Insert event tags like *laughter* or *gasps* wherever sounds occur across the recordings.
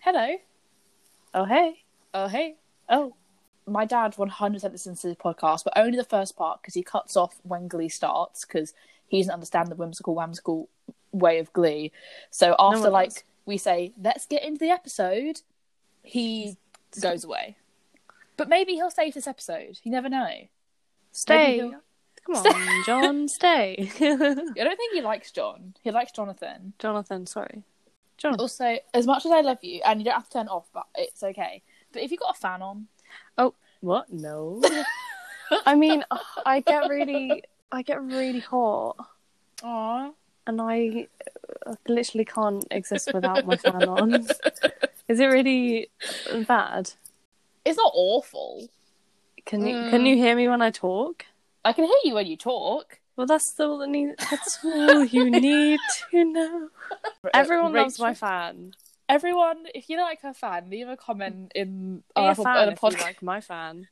Hello. Oh hey. Oh, hey. Oh. My dad 100% listens to the podcast, but only the first part because he cuts off when Glee starts because he doesn't understand the whimsical, whimsical way of Glee. So after one like does. we say, let's get into the episode, he Goes away. But maybe he'll save this episode. You never know. I Stay. he'll- Come on, John, stay. *laughs* don't think he likes John. He likes Jonathan. Jonathan, sorry. Oh. Jonathan. Also, as much as I love you, and you don't have to turn it off, but it's okay. But if you got a fan on, What? No. *laughs* I mean, I get really, I get really hot, Aww. and I, I literally can't exist without my fan *laughs* on. Is it really bad? It's not awful. Can you Mm. can you hear me when I talk? I can hear you when you talk. Well, that's all that need, that's *laughs* all you need to know. Everyone loves uh, my Rachel- fan. Everyone, if you like her fan, leave a comment in Be our uh, a fan if you podcast. *laughs* like my fan.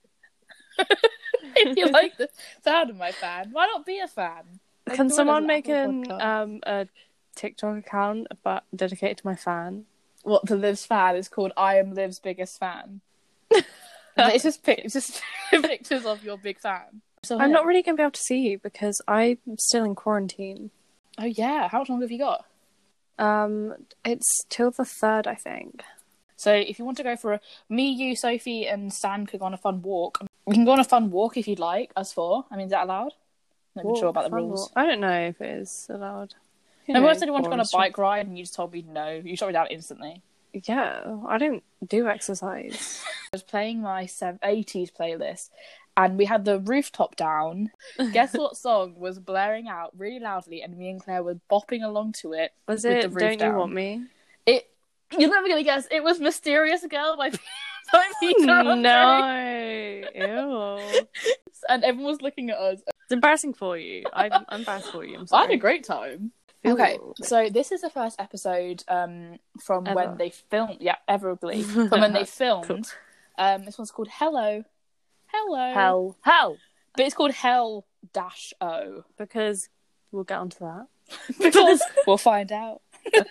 if you like the sound of my fan, why not be a fan? Like, Can no one someone has make Apple an Podcast. um a TikTok account about dedicated to my fan? what the Liv's fan is called I am Liv's biggest *laughs* fan. And it's just pic- it's just *laughs* pictures of your big fan. So I'm not really gonna be able to see you because I'm still in quarantine. Oh yeah, how much longer have you got? Um, it's till the third, I think. So if you want to go for a me, you, Sophie, and Sam could go on a fun walk. We can go on a fun walk if you'd like. Us four. I mean, is that allowed? I'm not even sure Walk, about the fun rules. walk. I don't know if it is allowed. You Remember, I know, said you wanted to go on a forest walk. bike ride, and you just told me no. You shot me down instantly. Yeah, I don't do exercise. I was playing my sev- 80s playlist and we had the rooftop *laughs* down. Guess what song was blaring out really loudly and me and Claire were bopping along to it. Was With the it? roof Don't down. you want me? *laughs* It You're never going to guess. It was Mysterious Girl by, *laughs* by Peter Andre. no, ew. And everyone was looking at us. It's embarrassing for you. I'm, I'm embarrassed for you. I'm I had sorry. a great time. Ooh. Okay, so this is the first episode um, from Ever. when they filmed. Yeah, *laughs* everly from when they filmed. Cool. Um, this one's called Hello, Hello, Hell, hell, but it's called Hell Dash O because we'll get onto that. because we'll find out. *laughs*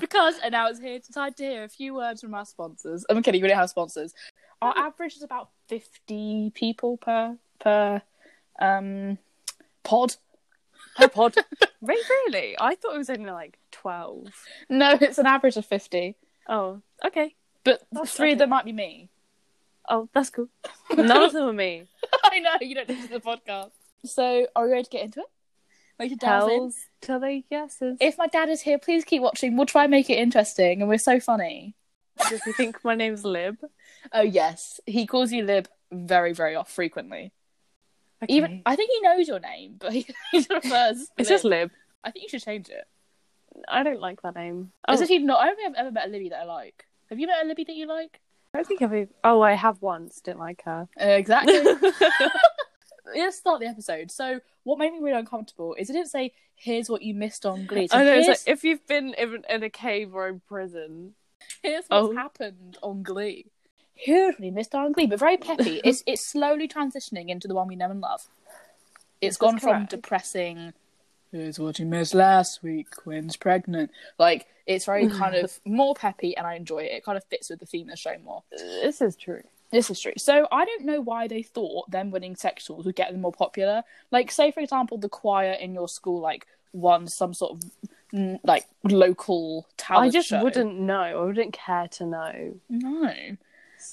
because and now it's here time to hear a few words from our sponsors. I'm kidding, we don't have sponsors. Our average is about fifty people per per um pod. Her *laughs* pod. Wait, really? I thought it was only like twelve. No, it's an average of fifty. Oh, okay. But That's three of okay. them might be me. *laughs* Oh, that's cool. None of them are *laughs* me. I know you don't listen to the podcast. So, are we ready to get into it? Make it Hells to the yeses. If If my dad is here, please keep watching. We'll try and make it interesting, and we're so funny. *laughs* does he think my name's Lib? Oh yes, he calls you Lib very, very off frequently. Okay. Even I think he knows your name, but he, *laughs* he refers. to it's Lib. just Lib. I think you should change it. I don't like that name. Oh. Oh, It's actually not. I don't think I've ever met a Libby that I like. Have you met a Libby that you like? I don't think I've. ev- Oh, I have once. Didn't like her. Uh, *laughs* exactly. Let's start the episode. So, what made me really uncomfortable is it didn't say, "Here's what you missed on Glee." So I know. It's here's- like if you've been in, in a cave or in prison. here's what's Oh. happened on Glee. Hugely missed on Glee, but very peppy. it's it's slowly transitioning into the one we know and love. It's is gone from correct. depressing. Here's what you missed last week. Quinn's pregnant. Like it's very kind of more peppy, and I enjoy it. It kind of fits with the theme of the show more. This is true. This is true. So I don't know why they thought them winning sectionals would get them more popular. Like, say for example, the choir in your school like won some sort of mm, like local I talent. just show. wouldn't know. I wouldn't care to know. No.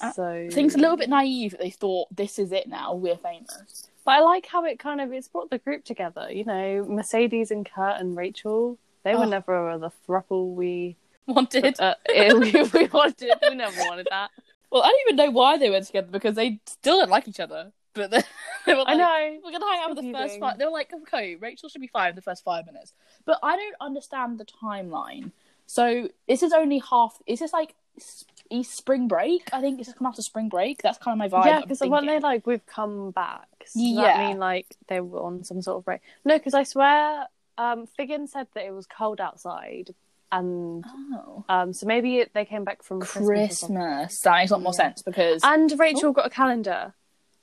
Uh, So things a little bit naive that they thought this is it now we're famous *laughs* But I like how it kind of it's brought the group together. You know, Mercedes and Kurt and Rachel. They were Oh. never the thruple we wanted uh, *laughs* we, we wanted. We never wanted that. *laughs* well i don't even know why they went together because they still don't like each other but they, *laughs* they were like, I know. we're gonna hang out with the first Confusing. five they were like okay rachel should be fine in the first five minutes but i don't understand the timeline so this is only half is this like s- East spring break i think it's just come after spring break that's kind of my vibe Yeah, I'm because weren't they thinking. like we've come back? So Yeah. that mean like they were on some sort of break. No, because I swear, um, Figgin said that it was cold outside, and oh um, so maybe it, they came back from Christmas. or something. christmas Oh. that makes a lot more Yeah. sense because And Rachel got a calendar.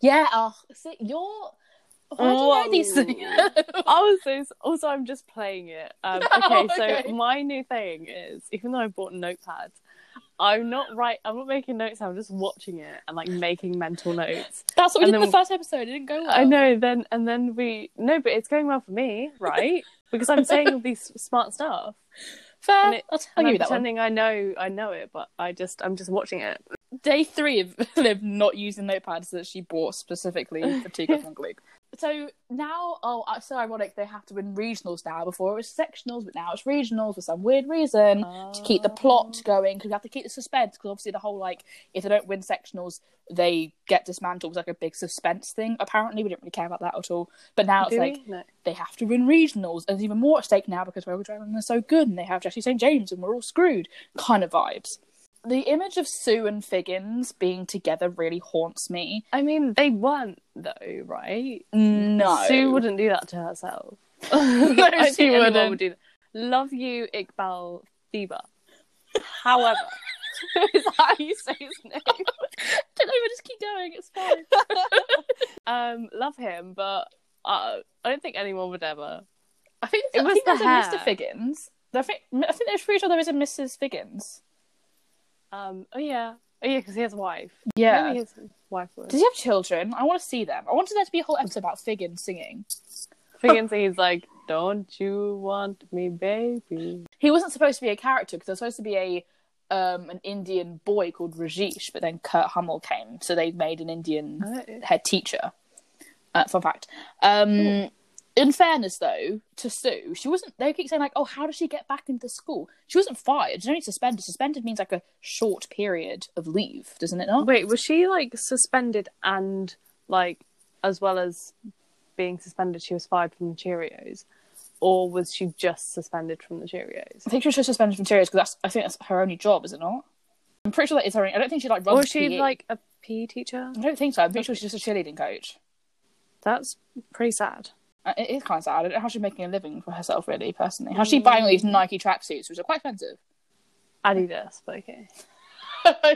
yeah oh, see, you're why do you know these Whoa. things *laughs* I was so, also I'm just playing it. Um, Oh, okay, so okay. my new thing is even though I bought notepads, I'm not right. I'm not making notes. I'm just watching it and like making *laughs* mental notes. That's what we And did in then- the first episode. It didn't go well. I know. Then and then we no, but it's going well for me, *laughs* right? Because I'm saying all these smart stuff. Fair. And it- I'll, t- I'll And give I'm you that one. pretending I know, I know it, but I just, I'm just watching it. Day three of *laughs* Liv not using notepads that she bought *laughs* specifically for Two Girls One Glue. So now, oh, it's so ironic. They have to win regionals now. Before it was sectionals, but now it's regionals for some weird reason. to keep the plot going because we have to keep the suspense because obviously the whole like if they don't win sectionals they get dismantled was like a big suspense thing apparently we didn't really care about that at all but now it's Do we? like No. they have to win regionals and it's even more at stake now because Rebel Dragon are so good and they have Jesse St James and we're all screwed kind of vibes the image of Sue and Figgins being together really haunts me I mean, they weren't though, right? no Sue wouldn't do that to *laughs* herself. No, I she think anyone wouldn't. Would do that. Love you, Iqbal Thiba. However, *laughs* is that how you say his name? *laughs* don't know just keep going it's fine Um, love him, but uh, I don't think anyone would ever. I think It I was think the there's a Mr hair. Figgins I think I think there's pretty sure there is a Mrs Figgins Um, oh yeah, oh yeah, because he has a wife. yeah Maybe his wife would. Does he have children? I want to see them. I wanted there to be a whole episode about Figgin singing. Figgins, he's like, "Don't you want me, baby?" He wasn't supposed to be a character because there was supposed to be a um, an Indian boy called Rajesh, but then Kurt Hummel came, so they made an Indian Oh, head teacher. Uh, fun fact. Um, in fairness, though, to Sue, she wasn't. They keep saying like, "Oh, how does she get back into school?" She wasn't fired. She only suspended. Suspended means like a short period of leave, doesn't it? Not. Wait, was she like suspended and like as well as being suspended, she was fired from the Cheerios, or was she just suspended from the Cheerios? I think she was just suspended from serious because that's. I think that's her only job, is it not? I'm pretty sure that is her. Only, I don't think she like runs. Or was she PE. like a PE teacher? I don't think so. I'm pretty sure she's just a cheerleading coach. That's pretty sad. Uh, It is kind of sad. I don't know how she's making a living for herself, really, personally. How's she buying all these Nike tracksuits, which are quite expensive? *laughs* Adidas, but okay.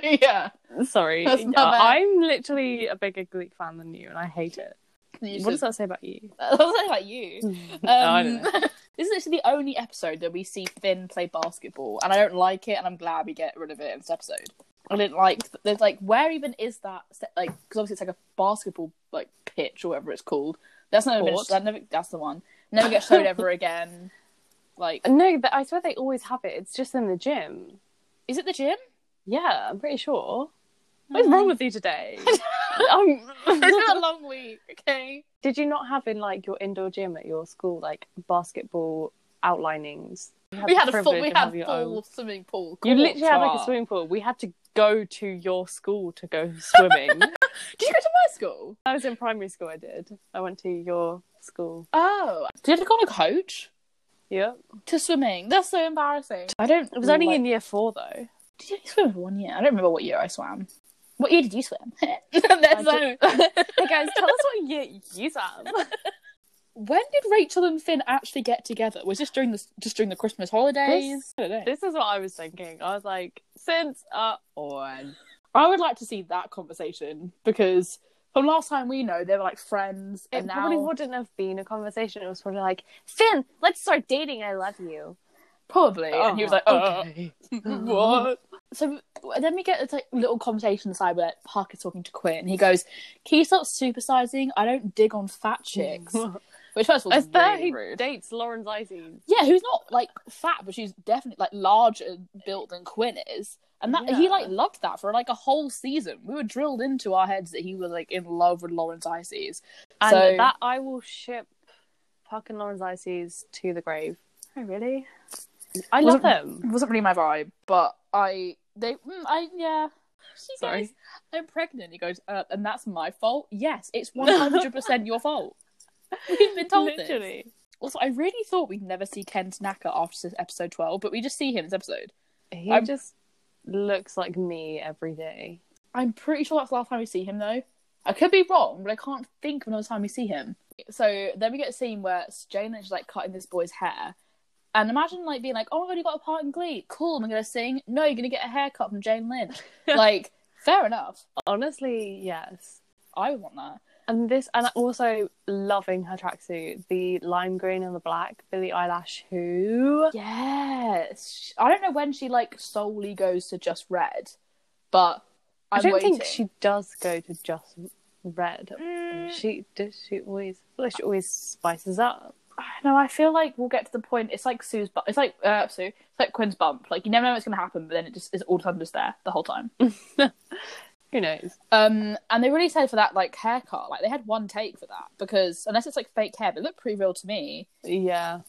yeah. Sorry, *laughs* That's Uh, not bad. I'm literally a bigger Gleek fan than you, and I hate it. What *laughs* does that? that say about you? That's like *laughs* you. Um, I don't this is actually the only episode that we see Finn play basketball, and I don't like it, and I'm glad we get rid of it in this episode. I didn't like. There's like, where even is that? se- Like, because obviously it's like a basketball like pitch or whatever it's called. That's never. Been, Court. that never. That's the one. Never gets showed *laughs* ever again. Like, No, but I swear they always have it. It's just in the gym. is it the gym? Yeah, I'm pretty sure. What's *laughs* wrong with you *laughs* today? *laughs* It's Um, been a long week, okay? Did you not have in like your indoor gym at your school like basketball outlinings? You We had the a full, privilege we of had having your full own. swimming pool. You literally had like courts. a swimming pool. We had to go to your school to go *laughs* swimming. Did you go to my school? I was in primary school. I did. I went to your school. Oh, did you have to go on a coach Yep. to swimming? That's so embarrassing. I don't. It was only like- in year four *laughs* though. Did you only swim for one year? I don't remember what year I swam. What year did you *laughs* swim? There's I no- *laughs* Hey guys, tell us what year you am. *laughs* when did Rachel and Finn actually get together? Was this during the just during the Christmas holidays? This- I don't know. This is what I was thinking. I was like, since uh on. I would like to see that conversation because from last time we know they were like friends, It and now probably wouldn't have been a conversation. It was sort of like, Finn, let's start dating. I love you. *laughs* probably. and he was like, "Oh, okay. *laughs* *laughs* what? So then we get this like little conversation aside where Parker's talking to Quinn. and He goes, "Can you stop supersizing? I don't dig on fat *laughs* chicks." Which first of all, I is swear really he rude. dates Lauren Zizes. yeah, who's not like fat, but she's definitely like larger built than Quinn is, and that he Yeah. like loved that for like a whole season. We were drilled into our heads that he was like in love with Lauren Ices. And So- that I will ship Puck and Lauren Zizes to the grave. Oh, really? I Was love them. It wasn't really my vibe, but I they mm, I yeah. She Sorry. goes, I'm pregnant. He goes, uh, and that's my fault. Yes, it's 100 percent your fault. *laughs* We've been told this. Literally. Also, I really thought we'd never see Ken Snacker after episode 12, but we just see him this episode. He I'm- just looks like me every day. I'm pretty sure that's the last time we see him, though. I could be wrong, but I can't think of another time we see him. So then we get a scene where Jane Lynch is like cutting this boy's hair. And imagine like being like, oh my god, you got a part in Glee. Cool, I'm gonna sing. No, you're gonna get a haircut *laughs* from Jane Lynch. like, fair enough. Honestly, yes. I would want that. And this, and also loving her tracksuit, the lime green and the black, Billie Eyelash, who Yes. I don't know when she like solely goes to just red, but I I'm don't waiting. think she does go to just red. Mm. She does. She always, well, she always spices up. No, I feel like we'll get to the point. It's like Sue's, bu- it's like uh, Sue, it's like Quinn's bump. Like you never know what's gonna happen, but then it just is all of a sudden just there the whole time. Who knows? Um, and they really said for that like haircut, like they had one take for that because unless it's like fake hair, but it looked pretty real to me. Yeah,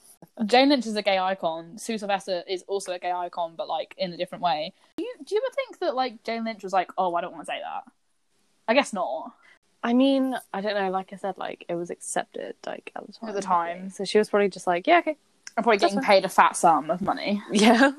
Jane Lynch is a gay icon. Sue Sylvester is also a gay icon, but like in a different way. Do you do you ever think that like Jane Lynch was like, oh, I don't want to say that? I guess not. I mean, I don't know. Like I said, like it was accepted, like at the time. At the time. so she was probably just like, yeah, okay, I'm probably getting paid a fat sum of money. yeah.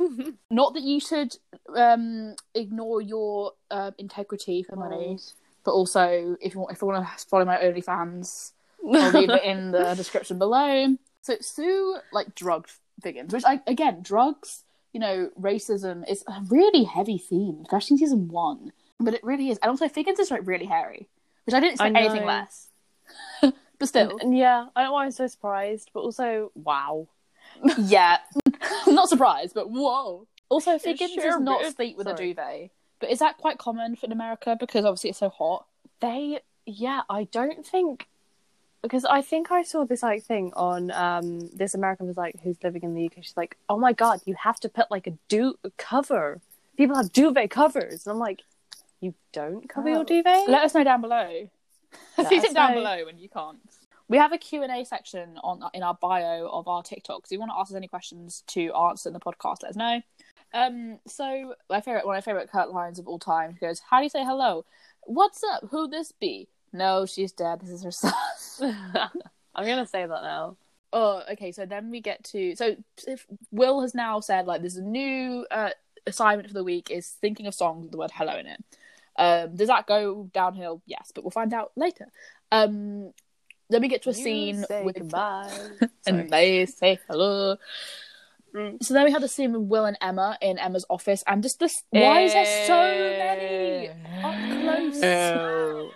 Not that you should um, ignore your um, integrity for money, but also if you want, if you want to follow my OnlyFans, I'll *laughs* leave it in the description below. So Sue like drugged vegans, which I again drugs. You know, racism is a really heavy theme, especially in season one. But it really is, and also vegans is like really hairy, which I didn't I expect anything know. less. *laughs* but still, And- and yeah, I don't know why I'm so surprised, but also *laughs* wow. yeah, I'm not surprised. But whoa, also vegans sure does not is. sleep with a Sorry. duvet. But is that quite common in America because obviously it's so hot? They, yeah, I don't think because I think I saw this like thing on um this American was like who's living in the UK. She's like, oh my god, you have to put like a du a cover. People have duvet covers, and I'm like, you don't cover Oh. your duvet. *laughs* Let *laughs* us know down below. Let Please us it down know. below when you can't. We have a Q&A section on in our bio of our TikTok. So if you want to ask us any questions to answer in the podcast, let us know. Um, so my favorite, one of my favorite Kurt lines of all time. She goes, "How do you say hello? What's up? Who this be? No, she's dead. This is her son." *laughs* I'm gonna say that now. oh, okay. So then we get to so if Will has now said like there's a new uh, assignment for the week is thinking of songs with the word hello in it. Um, does that go downhill? Yes, but we'll find out later. Um, then we get to a You scene say with goodbye. *laughs* and they say hello. Mm. So then we have the scene with Will and Emma in Emma's office, and just this. Why is there so many? up close? Eh. Ew. Oh.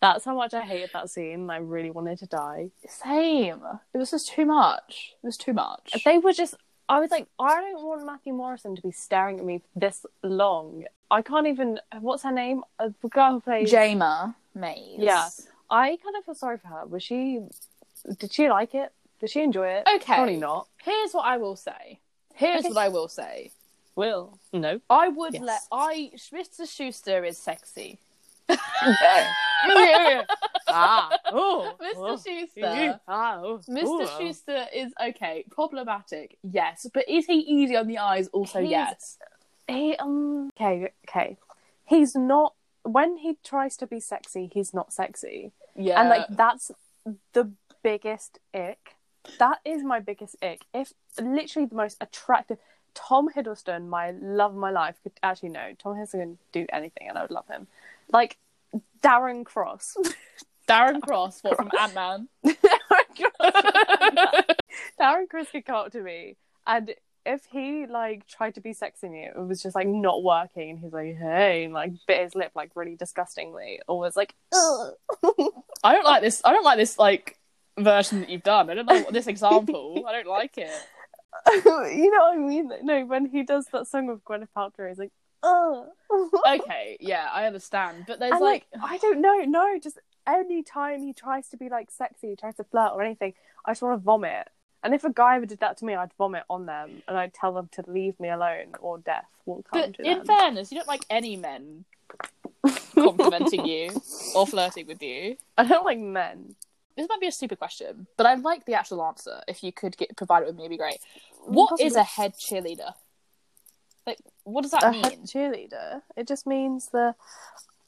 That's how much I hated that scene. I really wanted to die. Same. It was just too much. It was too much. They were just. I was like, I don't want Matthew Morrison to be staring at me this long. I can't even. What's her name? Uh, The girl who plays. Jama Mays. Yeah. I kind of feel sorry for her. Was she? Did she like it? Did she enjoy it? Okay. Probably not. Here's what I will say. Here's Okay. what I will say. Will. No. I would Yes. let I Mr. Schuster is *laughs* sexy. *laughs* ah. Oh. Mr. Oh. Schuster. Ah, oh. Mr. Oh. Schuster is okay, problematic, yes, but is he easy on the eyes? Also, He's- yes. He um okay okay, he's not. When he tries to be sexy, he's not sexy, Yeah, and like that's the biggest ick. That is my biggest ick. If literally the most attractive Tom Hiddleston, my love of my life, could actually no, Tom Hiddleston can do anything, and I would love him. Like Darren Cross, *laughs* Darren Cross, what from Ant Man? Darren Cross, Darren Cross could come up to me, and if he like tried to be sexy me, it was just like not working. And he's like, hey, and, like bit his lip like really disgustingly, or was like, Ugh. *laughs* I don't like this. I don't like this like version that you've done. I don't like *laughs* this example. I don't like it. you know what I mean? No, when he does that song with Gwyneth Paltrow, he's like, Ugh. Okay, yeah, I understand, but there's and like, like, I don't know, no, just any time he tries to be like sexy, tries to flirt or anything, I just want to vomit. And if a guy ever did that to me, I'd vomit on them and I'd tell them to leave me alone or death will come but to in them. fairness, you don't like any men complimenting you or flirting with you. I don't like men. This might be a stupid question, but I'd like the actual answer. If you could get provide it with me, it'd be great. Mm, What is a head cheerleader? Like, what does that a mean? head cheerleader. It just means the.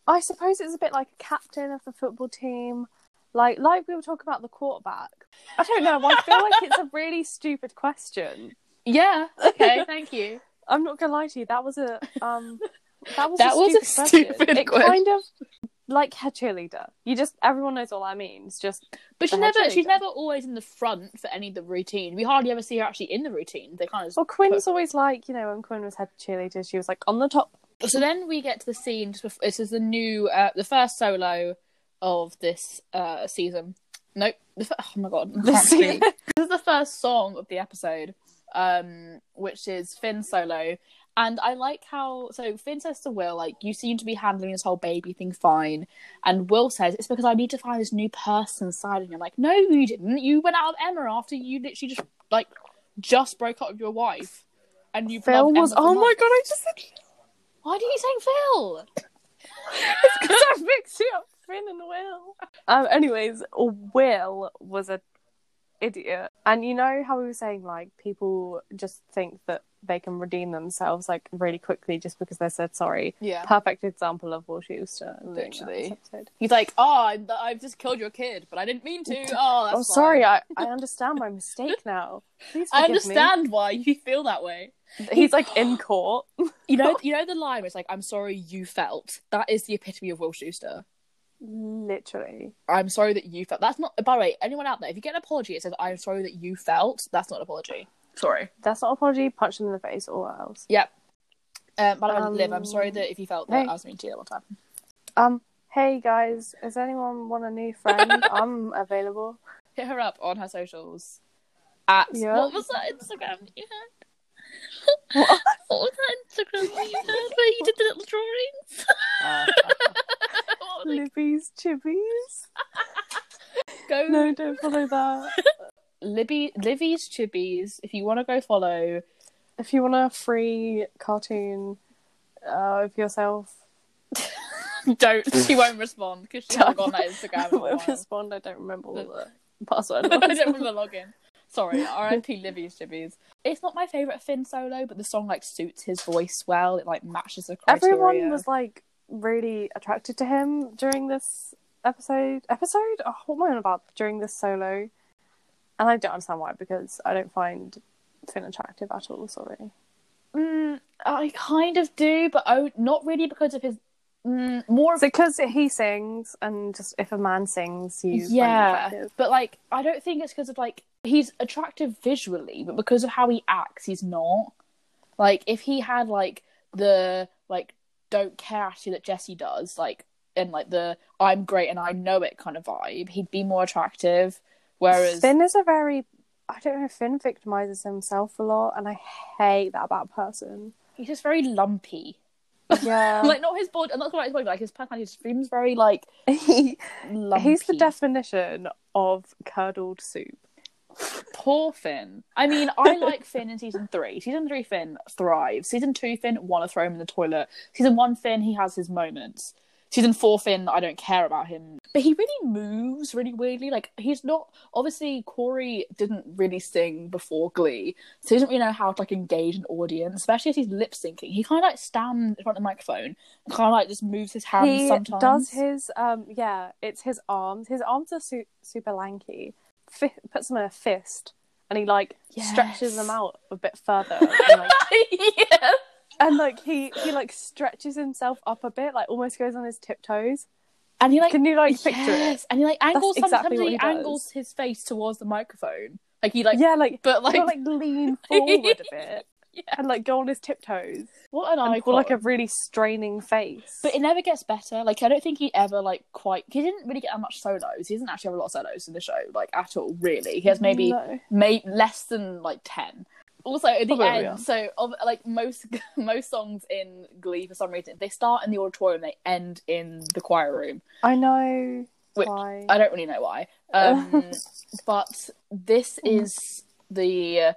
I suppose it's a bit like a captain of the football team, like like we were talking about the quarterback. I don't know. I feel like it's a *laughs* really stupid question. Yeah. *laughs* Okay. thank you. I'm not gonna lie to you. That was a um. That was That a was stupid a stupid It question. kind of like head cheerleader. You just everyone knows what that means. Just But she The head never. She's cheerleader. never always in the front for any of the routine. We hardly ever see her actually in the routine. They kind of. well, Quinn's always like you know when Quinn was head cheerleader, she was like on the top. So then we get to the scene. Just before, this is the new, uh, the first solo of this uh, season. Nope. The fir- oh my god. *laughs* I The can't season. speak. this is the first song of the episode, um, which is Finn solo. And I like how so Finn says to Will, like, you seem to be handling this whole baby thing fine. And Will says, It's because I need to find this new person side of you. I'm like, No, you didn't. You went out of Emma after you literally just like just broke up with your wife. And you Phil loved was. Emma for Oh my months." god! I just said Why do you saying Phil? because I mixed it up. Finn and Will. Um. Anyways, Will was a idiot, and you know how we were saying like people just think that they can redeem themselves like really quickly just because they said sorry. Yeah. Perfect example of Will Schuster. doing that this Literally. episode. He's like, oh, I'm, I've just killed your kid, but I didn't mean *laughs* to. Oh, that's I'm sorry. I, I understand my mistake now. Please *laughs* I forgive understand why you feel that way. Me. He's like in court. You know, you know the line where it's like, "I'm sorry you felt." That is the epitome of Will Schuster. Literally. I'm sorry that you felt. That's not. By the way, anyone out there, if you get an apology, it says, "I'm sorry that you felt." That's not an apology. Sorry. That's not apology. Punch him in the face or else. Yep. Um, by the way, Um, Liv, I'm sorry that if you felt that, hey. I was mean to you that one time. Um, hey guys, does anyone want a new friend? *laughs* I'm available. Hit her up on her socials. At Yeah. what was that Instagram that you had? What was that Instagram that you had where you did the little *laughs* drawings? Uh, What was it? Libby's Chibbies. go No, don't *laughs* follow that. Libby Livy's Chibbies. If you want to go follow, If you want a free cartoon uh, of yourself, don't. *laughs* She won't respond because she hasn't got that Instagram. *laughs* I In a while. won't respond. I don't remember all *laughs* the I password. don't *laughs* remember the login. Sorry, R.I.P. Livy's Chibbies. It's not my favorite Finn solo, but the song like suits his voice well. It like matches the criteria. Everyone was like really attracted to him during this episode. Episode? Oh, what am I on about? During this solo. And I don't understand why because I don't find Finn attractive at all. Sorry. Mm, I kind of do, but oh, not really because of his. Mm, more of because he sings, and just if a man sings, you find it yeah attractive. but like i don't think it's because of like he's attractive visually but because of how he acts he's not like if he had like the like don't care attitude that jesse does like and like the i'm great and i know it kind of vibe he'd be more attractive whereas Finn is a very I don't know. Finn victimizes himself a lot, and I hate that about *laughs* person. he's just very lumpy Yeah, like not his body not about his body but, like his personality just seems very like *laughs* he, lumpy. he's the definition of curdled soup. poor Finn. I mean, I *laughs* like Finn in season three. Season three, Finn thrives. Season two, Finn want to throw him in the toilet. Season one, Finn he has his moments. Season four, Finn I don't care about him, but he really moves really weirdly. Like he's not obviously Corey didn't really sing before Glee, so he doesn't really know how to like engage an audience, especially if he's lip syncing. He kind of like stands in front of the microphone, and kind of like just moves his hands he sometimes. does his um yeah, it's his arms. His arms are su- super lanky. Fi puts them in a fist, and he like Yes. stretches them out a bit further. *laughs* and, like, *laughs* yeah. and like he he like stretches himself up a bit, like almost goes on his tiptoes. And he like Can you like picture it? Yes, and he like angles exactly sometimes what he, he does. angles his face towards the microphone. Like he like yeah, like but *laughs* like, like, like lean forward a bit and like go on his tiptoes *laughs* what an and icon. pull like a really straining face. But it never gets better. Like I don't think he ever like quite he didn't really get that much solos. He doesn't actually have a lot of solos in the show, like at all, really. He has maybe No. may- less than like 10 also at the Probably, end yeah. so of like most *laughs* most songs in glee for some reason they start in the auditorium they end in the choir room I know Which- why. I don't really know *laughs* why. Um, but this is the.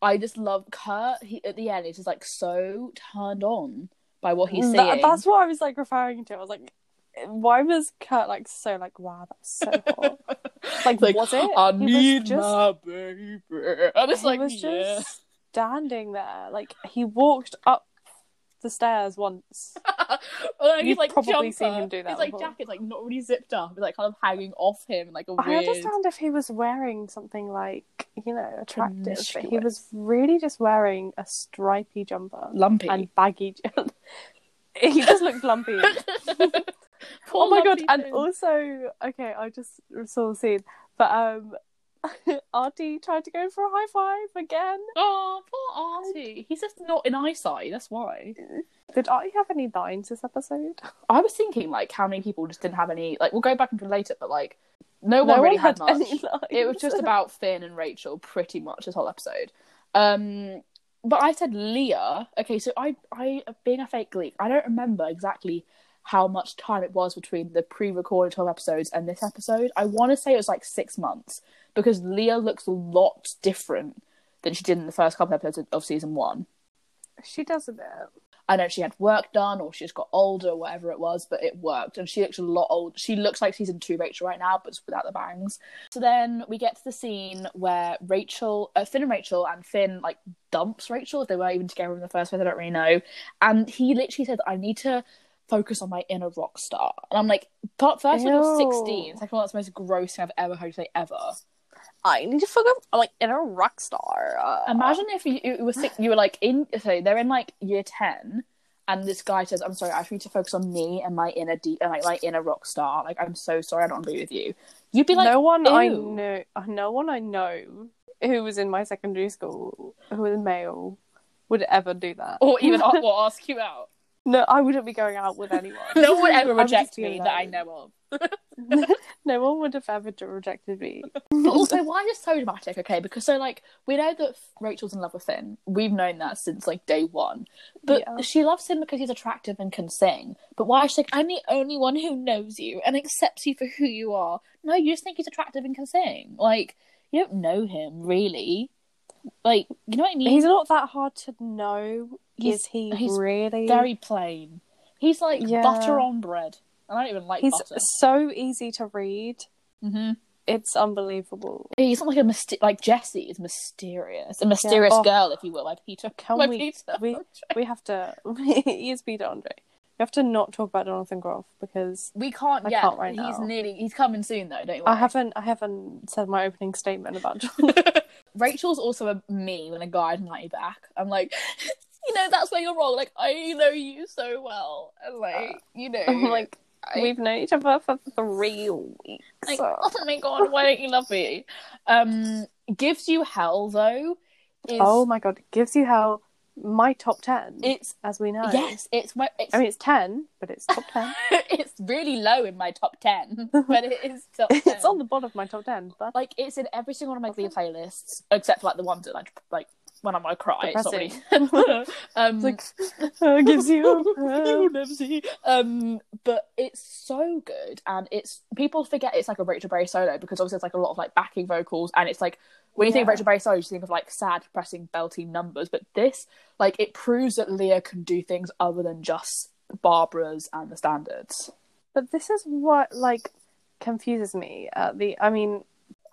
I just love Kurt. He, at the end, is just like so turned on by what he's Tha- saying. Mm, that's what I was like referring to. I was like, why was Kurt like so like wow, *laughs* that's so hot. like, was it? I He was need just- my baby. I'm just he like, was just yeah. *laughs* standing there. Like he walked up the stairs once. Well, he's You've like probably seen jumper. him do that His like before. jacket's like not really zipped up. It's like kind of hanging off him, like a I weird. understand if he was wearing something like, you know, attractive, but he was Promiscuous. really just wearing a stripy jumper Lumpy. and baggy. j- *laughs* he just looked lumpy. *laughs* Poor oh my god! lumpy And thing. also, okay, I just saw the scene, but um, *laughs* Artie tried to go for a high five again. Ah, Oh, poor Artie. He's just not in eyesight. That's why. Did I have any lines this episode? I was thinking like how many people just didn't have any. Like we'll go back into it later, but like no one really had, much. lines. *laughs* It was just about Finn and Rachel, pretty much this whole episode. Um, but I said Leah. Okay, so I, I being a fake geek, I don't remember exactly how much time it was between the pre-recorded twelve episodes and this episode. I want to say it was like six months because Leah looks a lot different than she did in the first couple episodes of- of season one. *laughs* she does a bit. I know she had work done or she just got older or whatever it was, but it worked. And she looks a lot old. She looks like season two Rachel right now, but it's without the bangs. So then we get to the scene where Rachel, uh, Finn and Rachel, and Finn like dumps Rachel if they were even together in the first place. I don't really know. And he literally said, I need to focus on my inner rock star. And I'm like, part first one, you're Ew. 16. Second one, that's the most gross thing I've ever heard you say ever. I need to fuck up. I'm like inner rock star. Uh, Imagine if you, you were sick, you were like in so they're in like year ten, and this guy says, "I'm sorry, I need to focus on me and my inner deep and like my inner rock star. Like I'm so sorry, I don't agree with you." You'd be like, no one I ew. know, no one I know who was in my secondary school who was male would ever do that. or even a- or ask you out. *laughs* no, I wouldn't be going out with anyone. *laughs* No one would ever I would reject just be me that I alone. know of. no one would have ever rejected me. *laughs* But also, why is it so dramatic? Okay, because so like we know that Rachel's in love with Finn. We've known that since like day one. But Yeah. she loves him because he's attractive and can sing. But why is she like, I'm the only one who knows you and accepts you for who you are? No, you just think he's attractive and can sing. Like you don't know him really. Like you know what I mean? He's not that hard to know, He's- is he? he's really? very plain. He's like Yeah. butter on bread. I don't even like he's butter. so easy to read. hmm It's unbelievable. He's not like a myst- like Jessie is mysterious, a mysterious Oh. girl, if you will, by Peter. Can by *laughs* we- Peter. we- We have to. *laughs* he is Peter Andre. We have to not talk about Jonathan Groff because We can't I yet. can't right he's now. nearly. He's coming soon though. Don't you worry. I haven't. I haven't said my opening statement about *laughs* Jonathan. Rachel's also a me when a guy didn't like you back. I'm like, *laughs* you know, that's where you're wrong. Like I know you so well, and like you know, I'm like, I- we've known each other for three weeks. like, so- *laughs* oh my god, why don't you love me? Um, gives you hell though. Is, oh my god, gives you hell. My top ten, it's as we know. yes, it's my. It's, I mean it's ten, but it's top ten. *laughs* it's really low in my top *laughs* ten, but it is top *laughs* ten. it's on the bottom of my top ten, but like it's in every single one of my Glee playlists except for like the ones that like like when I'm gonna cry. It's not Depressing. really. um, *laughs* it's like uh, gives you uh, hell. You'll never see. Um, but it's so good, and it's people forget it's like a Rachel Berry solo because obviously it's like a lot of like backing vocals, and it's like when you think of Yeah. Rachel Berry solo, you think of like sad, depressing, belting numbers. But this, like, it proves that Leah can do things other than just Barbara's and the standards. But this is what like confuses me. Uh, the I mean,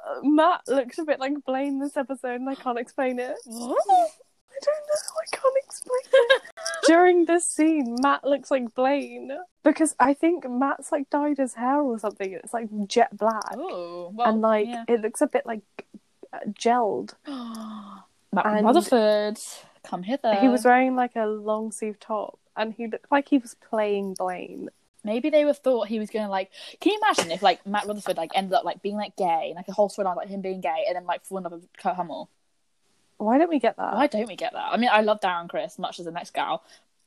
uh, Matt looks a bit like Blaine this episode, and I can't explain it. Oh, I don't know. I can't explain *laughs* it. During this scene, Matt looks like Blaine because I think Matt's like dyed his hair or something. and It's like jet black, Oh, well, and like *gasps* it looks a bit like uh, gelled. Matt and- Rutherford, come hither. he was wearing like a long sleeve top, and he looked like he was playing Blaine. Maybe they were thought he was gonna like. Can you imagine if like Matt Rutherford like ended up like being like gay, and, like a whole storyline like him being gay, and then like falling in love with Kurt Hummel? Why don't we get that? Why don't we get that? I mean, I love Darren Chris much as the next gal,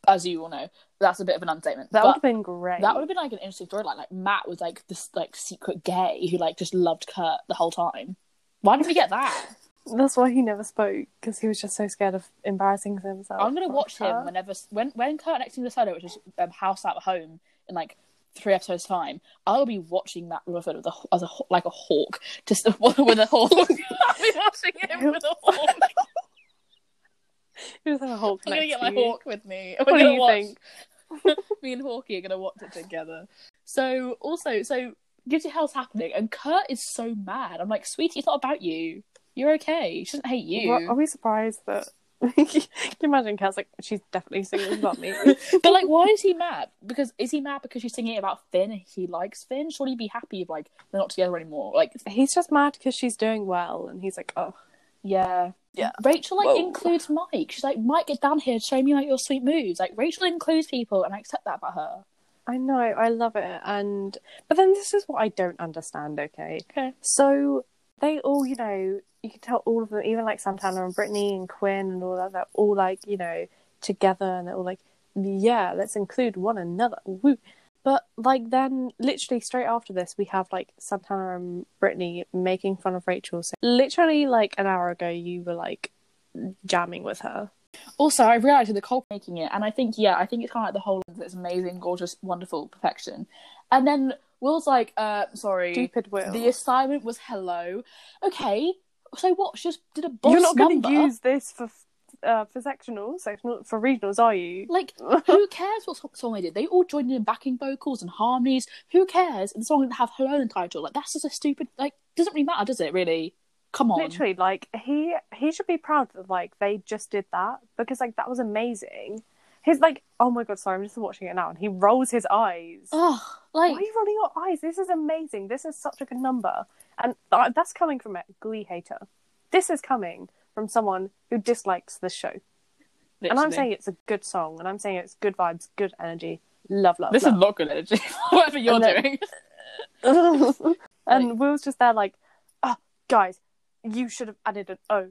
as you all know. That's a bit of an understatement. That but would have been great. that would have been like an interesting storyline. Like Matt was like this like secret gay who like just loved Kurt the whole time. Why didn't we get that? That's why he never spoke because he was just so scared of embarrassing himself. I'm gonna watch him Uh, whenever when when Kurt next to solo, which is um, House Out Home, in like three episodes time. I'll be watching Matt Rutherford with a, as a ho- like a hawk, just *laughs* with a hawk. I'll be watching him with a hawk. *laughs* He was like a Hulk. I'm gonna next get to my you. hawk with me. We're What do gonna you watch- think? *laughs* Me and Hawkeye are gonna watch it together. So also, so gives you hell's happening, and Kurt is so mad. I'm like, sweetie, it's not about you. You're okay. She doesn't hate you. What- are we surprised that? *laughs* Can you imagine Kat's like, she's definitely singing about me. but like, why is he mad? Because is he mad because she's singing about Finn and he likes Finn? Surely he'd be happy if like they're not together anymore. Like, *laughs* he's just mad because she's doing well, and he's like, oh. yeah, Yeah. Rachel like Whoa. includes Mike. She's like, Mike, get down here, and show me like your sweet moves. Like, Rachel includes people, and I accept that about her. I know, I love it. And but then this is what I don't understand, okay? Okay. So they all, you know, you can tell all of them, even like Santana and Brittany and Quinn and all that, they're all like, you know, together and they're all like yeah, let's include one another. Woo. But like then, literally straight after this, we have like Santana and Brittany making fun of Rachel. So literally like an hour ago, you were like jamming with her. Also, I realised with the cult making it, and I think, yeah, I think it's kind of like the whole that's amazing, gorgeous, wonderful perfection. And then Will's like, uh, sorry, Stupid Will. the assignment was hello. Okay, so what? She just did a boss You're not going number. to use this for uh, for sectionals, sectional for regionals, are you? Like, *laughs* who cares what so- song they did? They all joined in backing vocals and harmonies. Who cares? And the song didn't have hello in the title. Like, that's just a stupid. Like, doesn't really matter, does it? Really? Come on. Literally, like he he should be proud that like they just did that because like that was amazing. He's like, oh my god, sorry, I'm just watching it now, and he rolls his eyes. Ugh. Oh, Like, Why are you rolling your eyes? This is amazing. This is such a good number, and uh, that's coming from a Glee hater. This is coming from someone who dislikes the show, and I'm literally. saying it's a good song, and I'm saying it's good vibes, good energy, love, love. this love. is not good energy. *laughs* Whatever you're And then- *laughs* doing. *laughs* and Like- Will's just there, like, oh, guys, you should have added an O.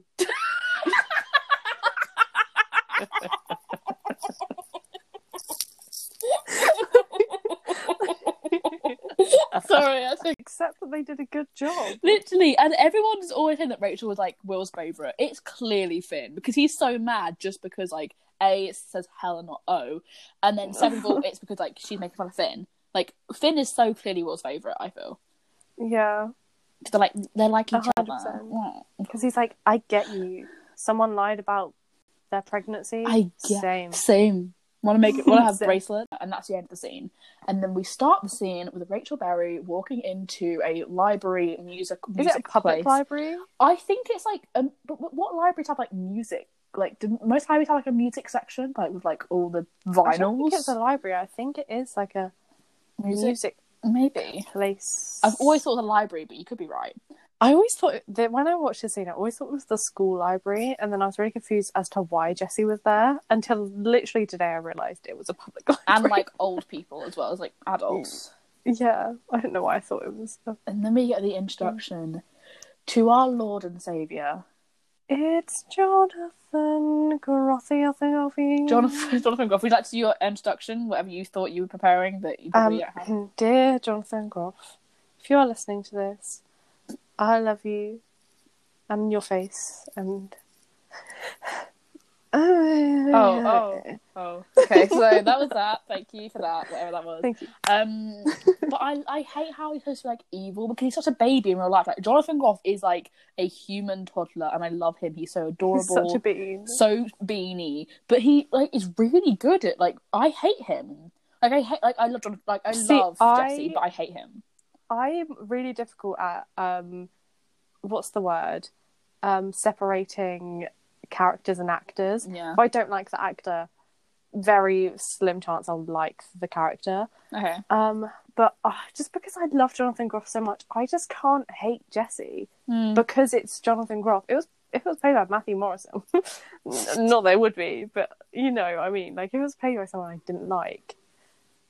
sorry, I think. Except that they did a good job. Literally, and everyone's always saying that Rachel was like Will's favorite. It's clearly Finn because he's so mad just because like a it says hell and not O, and then second *laughs* of all it's because like she's making fun of Finn. Like Finn is so clearly Will's favorite. I feel Yeah, 'Cause they're like they're like each other. 100%. Yeah. because he's like, I get you. Someone lied about their pregnancy. I get- Same. Same. Want to make it? Want to have Same. bracelet? And that's the end of the scene. And then we start the scene with Rachel Berry walking into a library music. Is music it a public place. library? I think it's like um, but but what libraries have like music? Like do most libraries have like a music section, like with like all the I don't think it's a vinyls, library. I think it is like a music, Maybe place. I've always thought it was a library, but you could be right. I always thought that when I watched this scene, I always thought it was the school library, and then I was really confused as to why Jesse was there until literally today I realised it was a public *laughs* library. And like old people as well as like adults. yeah, I don't know why I thought it was. And then we get the Mm. introduction to our Lord and Savior, It's Jonathan Garoffi, Jonathan. *laughs* Jonathan Groff. Would you like to do your introduction, whatever you thought you were preparing, but you probably Um, don't *laughs* have. and dear Jonathan Groff, if you are listening to this, I love you and your face and. *laughs* Oh, oh, okay. So that was that. Thank you for that. Whatever that was. Thank you. Um, but I, I hate how he's supposed to be like evil because he's such a baby in real life. Like Jonathan Groff is like a human toddler, and I love him. He's so He's adorable, such a bean. so beanie. But he like is really good at like I hate him. Like I hate like I love Jonathan. Like I See, love I- Jesse, but I hate him. I'm really difficult at um, what's the word? Um, separating characters and actors. Yeah. If I don't like the actor, very slim chance I'll like the character. Okay. Um, but uh, just because I love Jonathan Groff so much, I just can't hate Jesse Hmm. because it's Jonathan Groff. It was if it was played by Matthew Morrison, *laughs* not that it would be, but you know, I mean, like if it was played by someone I didn't like,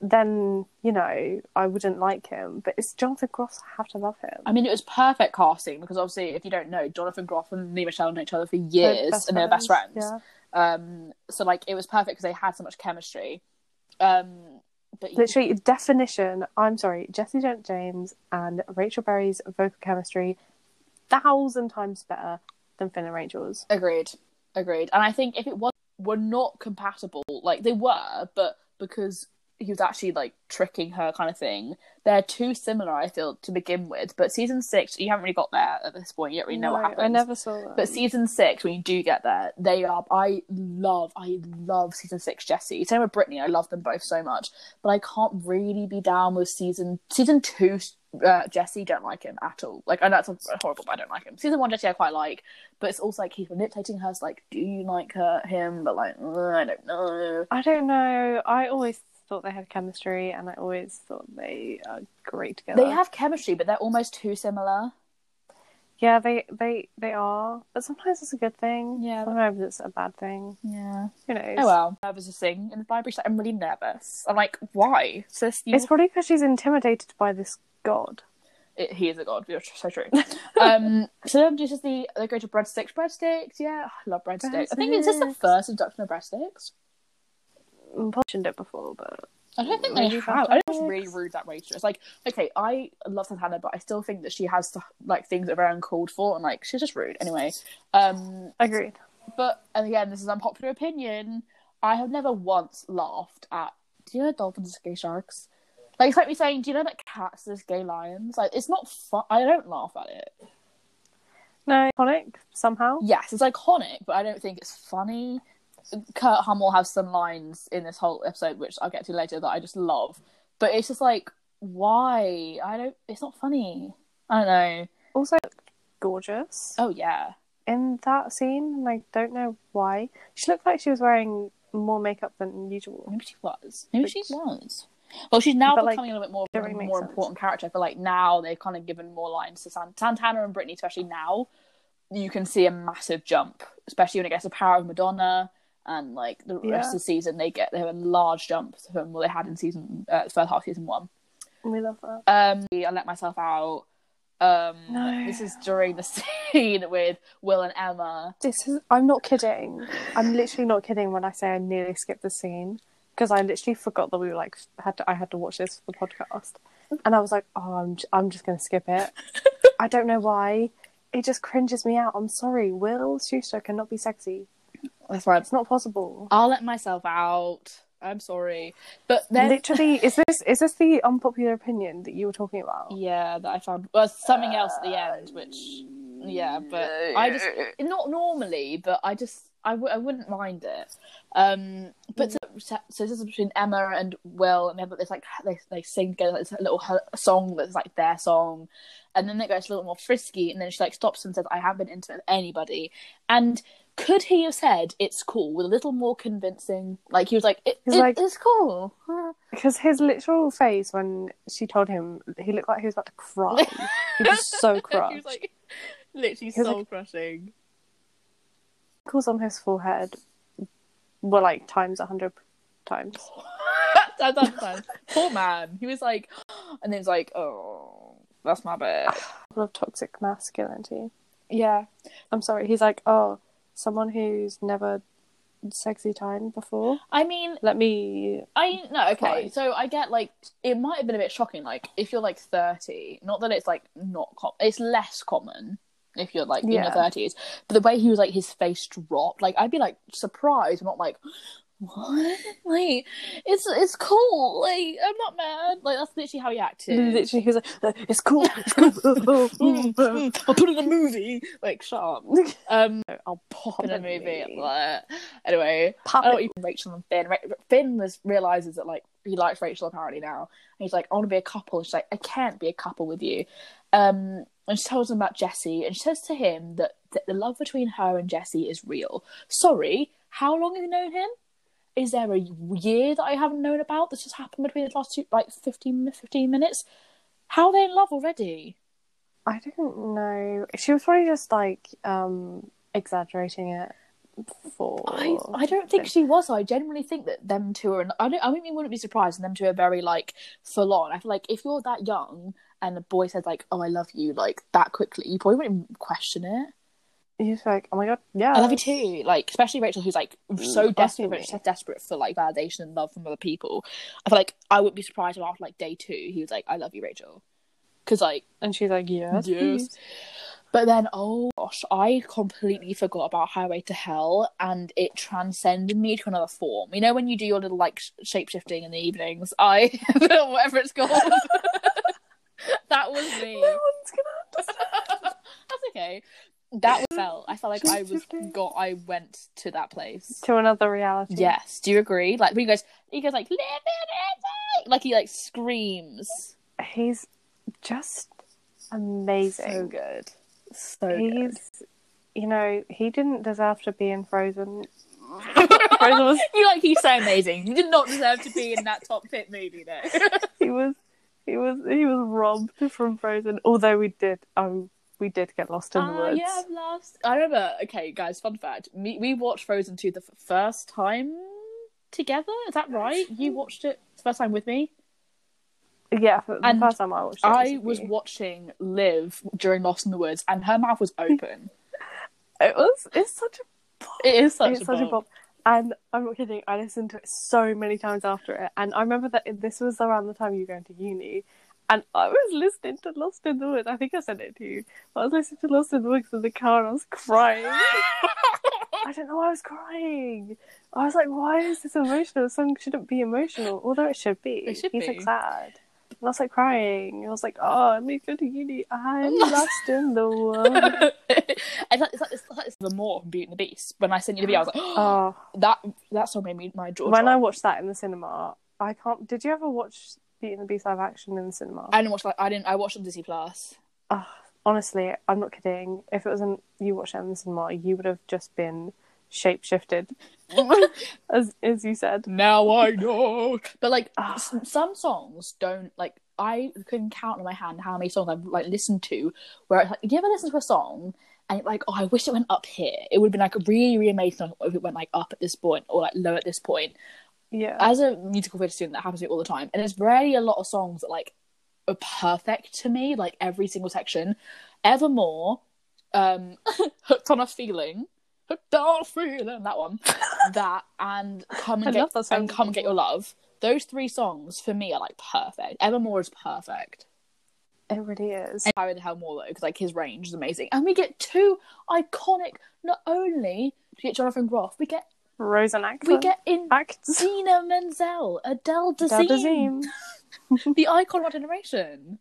then you know I wouldn't like him. But it's Jonathan Groff, so I have to love him. I mean, it was perfect casting because obviously, if you don't know, Jonathan Groff and Lee Michelle know each other for They're years, and they're best friends. Yeah, Um, so like it was perfect because they had so much chemistry. Um, but literally definition. I'm sorry, Jesse Jent James and Rachel Berry's vocal chemistry, thousand times better than Finn and Rachel's. Agreed. Agreed. And I think if it was were not compatible, like they were, but because he was actually like tricking her kind of thing, they're too similar, I feel, to begin with. But season six, you haven't really got there at this point. You don't really know what No, happens. I never saw that. But season six, when you do get there, they are. I love, I love season six Jesse. Same with Brittany. I love them both so much. But I can't really be down with season season two. Uh, Jesse don't like him at all. Like I know it's horrible, but I don't like him. Season one Jesse I quite like, but it's also like he's manipulating her. It's like, do you like her him? But like, "Uh, I don't know. I don't know. I always thought they had chemistry, and I always thought they are great together. They have chemistry, but they're almost too similar. yeah, they they they are. But sometimes it's a good thing. Yeah. sometimes it's a bad thing. Yeah. Who knows? Oh well. I was just saying in the library. she's like, I'm really nervous. I'm like, why? Sis, you It's probably because she's intimidated by this god. it, he is a god. You're so *laughs* true. um, so then this is the they go to breadsticks. Breadsticks, yeah, I love breadsticks. I think it's just the Breadsticks. first introduction of breadsticks. mentioned it before, but I don't think they Really have. I think it's fantastic. really rude that waitress. Like, okay, I love Santana, but I still think that she has like things that are very uncalled for, and like she's just rude. Anyway, um, agreed. but and again, this is unpopular opinion. I have never once laughed at. Do you know dolphins are gay sharks? Like it's like me saying, do you know that cats are gay lions? Like it's not fun. I don't laugh at it. No, iconic somehow. Yes, it's iconic, but I don't think it's funny. Kurt Hummel has some lines in this whole episode, which I'll get to later, that I just love. But it's just like, why? I don't. It's not funny. I don't know. Also gorgeous Oh yeah, in that scene, and I don't know why she looked like she was wearing more makeup than usual. maybe she was. Maybe she Which- was. Well, she's now But, like, becoming a little bit more don't of a really make more sense. important character. But like now, they've kind of given more lines to San- Santana and Brittany, especially now. You can see a massive jump, especially when it gets the power of Madonna. And like the Yeah. rest of the season, they get they have a large jump from what they had in season uh, first half of season one. We love that. um i let myself out um No. this is during the *laughs* scene with will and emma This is. I'm not kidding. I'm literally not kidding when I say I nearly skipped the scene because I literally forgot that we were like had to. I had to watch this for the podcast, and I was like, oh, I'm j- I'm just gonna skip it. I don't know why. It just cringes me out. I'm sorry. Will Schuster cannot be sexy. that's right It's not possible. i'll let myself out i'm sorry but then Literally, is this is this the unpopular opinion that you were talking about? yeah that i found well something else at the end which yeah but i just not normally but i just I w- I wouldn't mind it, um, but so, so this is between Emma and Will, and they have this like they they sing together like, this little her- song that's like their song, and then it goes a little more frisky, and then she like stops and says, "I haven't been intimate with anybody," and could he have said it's cool with a little more convincing? Like he was like, it, He's it- like- "It's cool." Because his literal face when she told him, he looked like he was about to cry. he was *laughs* *laughs* so he crushed. was like literally was like- soul crushing. Wrinkles on his forehead were like times a hundred times. *laughs* That's understand. Poor man. He was like, *gasps* and then he's like, "Oh, that's my bad." Full of toxic masculinity. Yeah. I'm sorry. He's like, oh, someone who's never sexy time before. I mean, Let me. I no, okay. Fine. So I get like it might have been a bit shocking. Like if you're like thirty, not that it's like not com- it's less common if you're like in your Yeah. thirties. But the way he was like his face dropped, like I'd be like surprised, not like *laughs* what? Like it's it's cool. Like I'm not mad. Like that's literally how he acted. Literally, he was like, *laughs* it's cool. It's cool. Mm, I'll put it in a movie. Like shut up. Um, I'll pop in a movie. Blah. Anyway, Pop I don't it. even Rachel and Finn. Ra- Finn was, realizes that like he likes Rachel apparently now, and he's like, "I want to be a couple." She's like, "I can't be a couple with you." Um, and she tells him about Jesse, and she says to him that, that the love between her and Jesse is real. Sorry, how long have you known him? Is there a year that I haven't known about that's just happened between the last two, like 15, 15 minutes? How are they in love already? I don't know. She was probably just like um exaggerating it for. I, I don't think she was. I genuinely think that them two are. I don't. I mean, we wouldn't be surprised. And them two are very like full on. I feel like if you're that young and a boy says like, "Oh, I love you," like that quickly, you probably wouldn't question it. You're just like, oh my god, yeah. I love you too. Like especially Rachel, who's like so Mm, desperate, definitely. she's desperate for like validation and love from other people. I feel like I wouldn't be surprised if after like day two, he was like, "I love you, Rachel," because like And she's like, yes, Yes. please. But then, oh gosh, I completely forgot about Highway to Hell, and it transcended me to another form. You know, when you do your little like sh- shape shifting in the evenings, I *laughs* whatever it's called. *laughs* that was me. *laughs* No one's gonna. That's okay. That felt. I felt like I was Shape-shifting. got. I went to that place. To another reality. Yes. Do you agree? Like when you guys, you guys like live in it, like he like screams. He's just amazing. good. So good. He's, you know, he didn't deserve to be *laughs* in Frozen. Frozen was, you like he's so amazing. You did not deserve to be in that top pit movie *laughs* though. he was, he was, he was robbed from Frozen. Although we did, um, we did get lost in the Ah, woods. yeah, I've lost. I remember. Okay, guys, fun fact: me, we watched Frozen two the f- first time together. Is that right? You watched it the first time with me. Yeah, for the And first time I watched it. I with was you. watching Liv during Lost in the Woods, *laughs* and her mouth was open. It was. It's such a. it is such it's a such a bop. pop. And I'm not kidding, I listened to it so many times after it. And I remember that this was around the time you were going to uni. And I was listening to Lost in the Woods. I think I sent it to you. But I was listening to Lost in the Woods in the car and I was *laughs* crying. I don't know why I was crying. I was like, why is this emotional? The song shouldn't be emotional, although it should be. It should He's be. like sad. And I was like crying. I was like, oh, I'm going to uni. *laughs* I'm lost in the woods. and *laughs* it's like, it's like, it's like the more from Beauty and the Beast. When I sent you the video, I was like, *gasps* *gasps* Oh. that that song made me my jaw. when I drop. watched that in the cinema, I can't. Did you ever watch Beauty and the Beast live action in the cinema? I didn't watch like I didn't. I watched it on Disney Plus. Ugh, honestly, I'm not kidding. If it was in you watched it in the cinema, you would have just been *laughs* shapeshifted, as as you said. Now I know. But like Ah. s- some songs don't like I couldn't count on my hand how many songs I've like listened to where it's like you ever listen to a song and you're like oh I wish it went up here. It would have been like really really amazing if it went like up at this point or like low at this point. Yeah, As a musical theatre student, that happens to me all the time, and there's rarely a lot of songs that like are perfect to me. Like every single section, Evermore, um, *laughs* Hooked on a Feeling, Hooked on a Feeling, that *laughs* one, that and Come I and love Get that song. and Come and Get Your Love. Those three songs for me are like perfect. Evermore is perfect. it really is. And Harry the Hellmore though, because like his range is amazing, and we get two iconic. Not only do we get Jonathan Groff, we get Rose and Axel. we get in. acts. Zena Menzel, Adele *laughs* Dad Dazeem, Dazeem. the icon of our generation.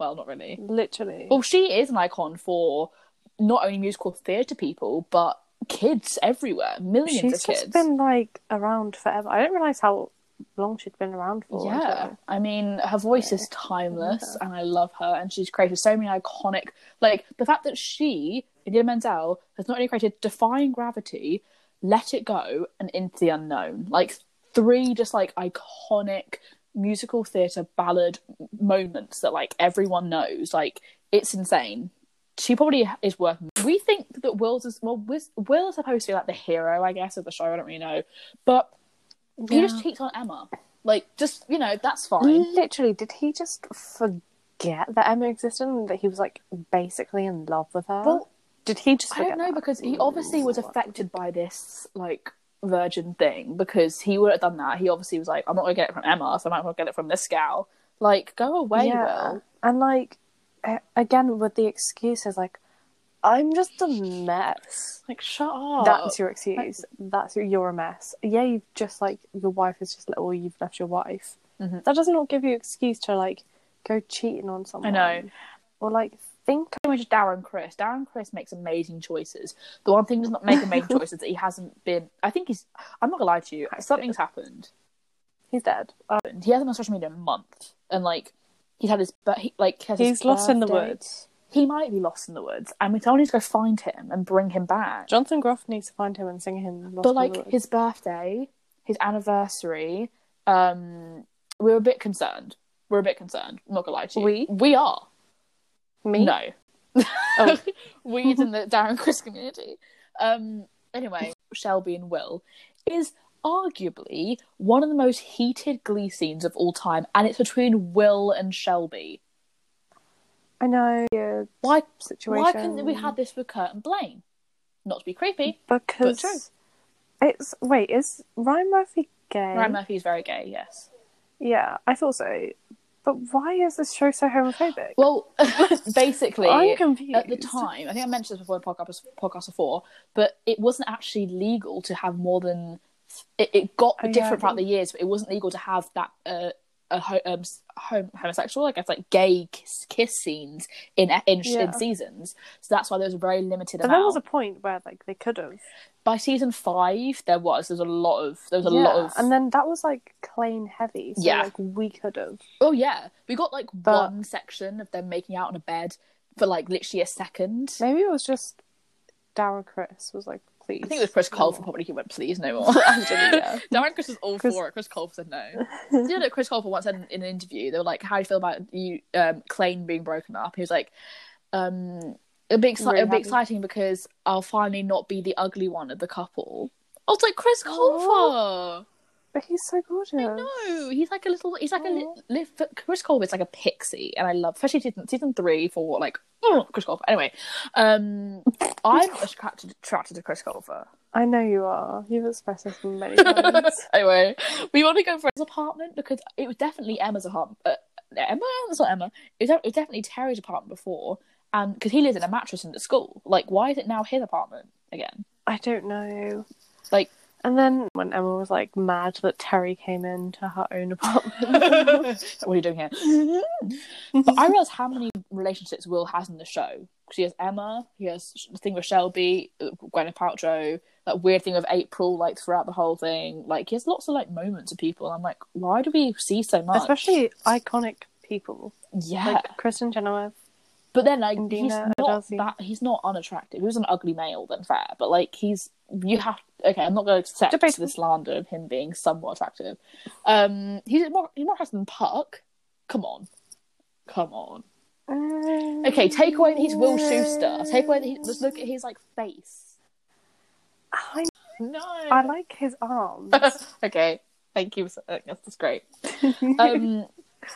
Well, not really. Literally. Well, she is an icon for not only musical theatre people, but kids everywhere, millions She's of just kids. been like around forever. I didn't realize how long she'd been around for. yeah, until- I mean, her voice is timeless, and I love her, and she's created so many iconic, like the fact that she, Idina Menzel, has not only created Defying Gravity, Let It Go, and Into the Unknown, like three just like iconic musical theatre ballad m- moments that like everyone knows. Like it's insane. She probably is worth. We think that Will's is well. Wiz- Will is supposed to be like the hero, I guess, of the show. I don't really know, but he Yeah. just cheats on Emma. Like, just you know, that's fine. Literally, did he just forget that Emma existed and that he was like basically in love with her? Well, did he just? I don't forget know that? because he obviously was affected by this like virgin thing because he would have done that. He obviously was like, I'm not gonna get it from Emma, so I might as well get it from this gal. Like, go away, Will. and like a- again with the excuses, like I'm just a mess. Like, shut up. That's your excuse. That's your, you're a mess. Yeah, you've just like your wife is just little. You've left your wife. Mhm. That does not give you excuse to like go cheating on someone. know. Or like think. pretty much Darren Chris. Darren Chris makes amazing choices. The one thing he does not make amazing *laughs* choices is that he hasn't been. I think he's. I'm not gonna lie to you. Something's happened. He's dead. Uh, happened. He hasn't been on social media in a month, and like he's had his. But he like he has his he's lost in the birthday. woods. He might be lost in the woods, and we told him to go find him and bring him back. Jonathan Groff needs to find him and sing him. Lost but in the like Woods. his birthday, his anniversary, um, we were a bit concerned. We're a bit concerned. I'm not gonna lie to you. We? we are. me. No. *laughs* Oh. Weeds in the Darren Chris community. Um, anyway, Shelby and Will is arguably one of the most heated glee scenes of all time, and it's between Will and Shelby. I know. Yeah, Why, situation. why couldn't we have this with Kurt and Blaine? Not to be creepy. Because true. it's wait, is Ryan Murphy gay? Ryan Murphy's very gay, yes. Yeah, I thought so. But why is this show so homophobic? *laughs* Well, basically, I'm confused. at the time, I think I mentioned this before in podcast, podcast before, but it wasn't actually legal to have more than. It, it got Oh, yeah, different I throughout the years, but it wasn't legal to have that uh, a ho- um, s- hom- homosexual, I guess, like gay kiss, kiss scenes in in, sh Yeah. in seasons. So that's why there was a very limited But there amount. was a point where like they could have. By season five, there was there's a lot of there was a lot of and then that was like Clayne heavy. So Yeah. like we could have. oh yeah, we got like But- one section of them making out on a bed for like literally a second. Maybe it was just Dara Chris was like, please. I think it was Chris Colfer probably he went please no more. *laughs* Actually, yeah. Darren Chris was all Chris- for it. Chris Colfer said *laughs* no. you know that Chris Colfer once said in, in an interview, they were like, "How do you feel about you um, Clayne being broken up?" He was like, um, "It'll be, exci- Really it'll be happy. exciting because I'll finally not be the ugly one of the couple." I was like, "Chris Colfer, Aw. But he's so gorgeous. no, he's like a little, he's like a Aw. li- li- Chris Colfer is like a pixie, and I love, especially season, season three *laughs* *laughs* for like." Chris Colfer. Anyway, um, I'm attracted, attracted to Chris Colfer. I know you are. You've expressed this *laughs* many times. anyway, we want to go for his apartment because it was definitely Emma's apartment. Uh, Emma? It's not Emma. It was, it was definitely Terry's apartment before, and because he lived in a mattress in the school. Like, why is it now his apartment again? I don't know. Like- and then when Emma was like mad that Terry came into her own *laughs* apartment. what are you doing here? but I realize how many relationships Will has in the show. She has Emma. He has the thing with Shelby, uh, Gwyneth Paltrow. That weird thing of April, like throughout the whole thing. Like he has lots of like moments of people. And I'm like, why do we see so much? Especially iconic people yeah. like Kristen Chenoweth. But then, like, And he's Dina not Adasi. that. He's not unattractive. He was an ugly male, then fair. But like, he's you have. Okay, I'm not going to accept Debatable. the slander of him being somewhat attractive. Um, he's more he's more attractive than Puck. Come on, come on. Mm, Okay, take away that he's Will Schuster. Take away that he, just look at his like face. I, No. I like his *laughs* arms. okay, thank you. so- uh, That's great. *laughs* Um,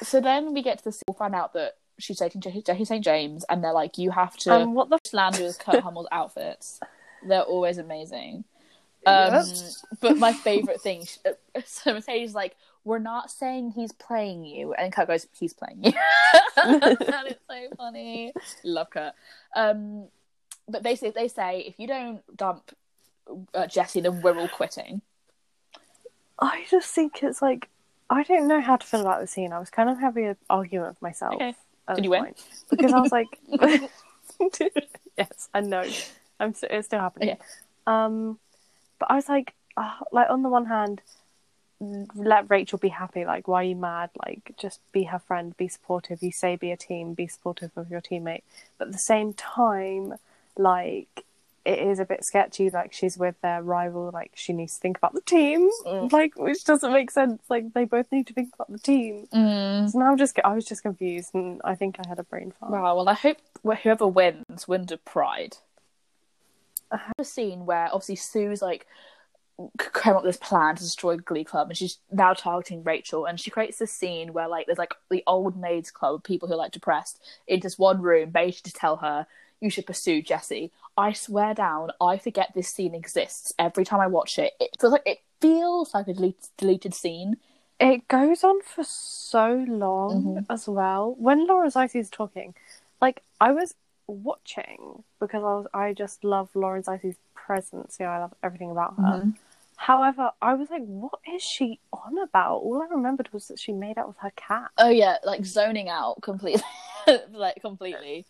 so then we get to the. We'll find out that she's taking Jackie Jackie St James, and they're like, you have to. and what the f- Landers Kurt Hummel's outfits. They're always amazing. Um, Yes. But my favorite thing, sh- uh, *laughs* so Mercedes is like, "We're not saying he's playing you," and Kurt goes, "He's playing you," *laughs* and it's so funny. Love Kurt. Um, but basically, they say if you don't dump uh, Jesse, then we're all quitting. I just think it's like I don't know how to feel about the scene. I was kind of having an argument with myself. Okay. at Did this you win? point. Because I was like, *laughs* *laughs* yes, I know. I'm so, it's still happening. Okay. Um, but I was like, ah, like on the one hand, let Rachel be happy. Like, why are you mad? Like, just be her friend, be supportive. You say be a team, be supportive of your teammate. But at the same time, like. It is a bit sketchy, like she's with their rival, like she needs to think about the team, Mm. like which doesn't make sense. Like they both need to think about the team. So now I'm just, I was just confused, and I think I had a brain fart. Wow. Well, I hope wh- whoever wins wins with pride. I have a scene where obviously Sue's like c- came up with this plan to destroy Glee Club, and she's now targeting Rachel, and she creates this scene where like there's like the old maids club, people who are like depressed, in just one room, basically to tell her you should pursue Jesse. I swear down, I forget this scene exists every time I watch it. It feels like it feels like a delete- deleted scene. It goes on for so long as well. When Laura Zeitz is talking, like I was watching because I was, I just love Laura Zeitz's presence. You know, I love everything about her. However, I was like, what is she on about? All I remembered was that she made out with her cat. Oh yeah, like zoning out completely, *laughs* like completely.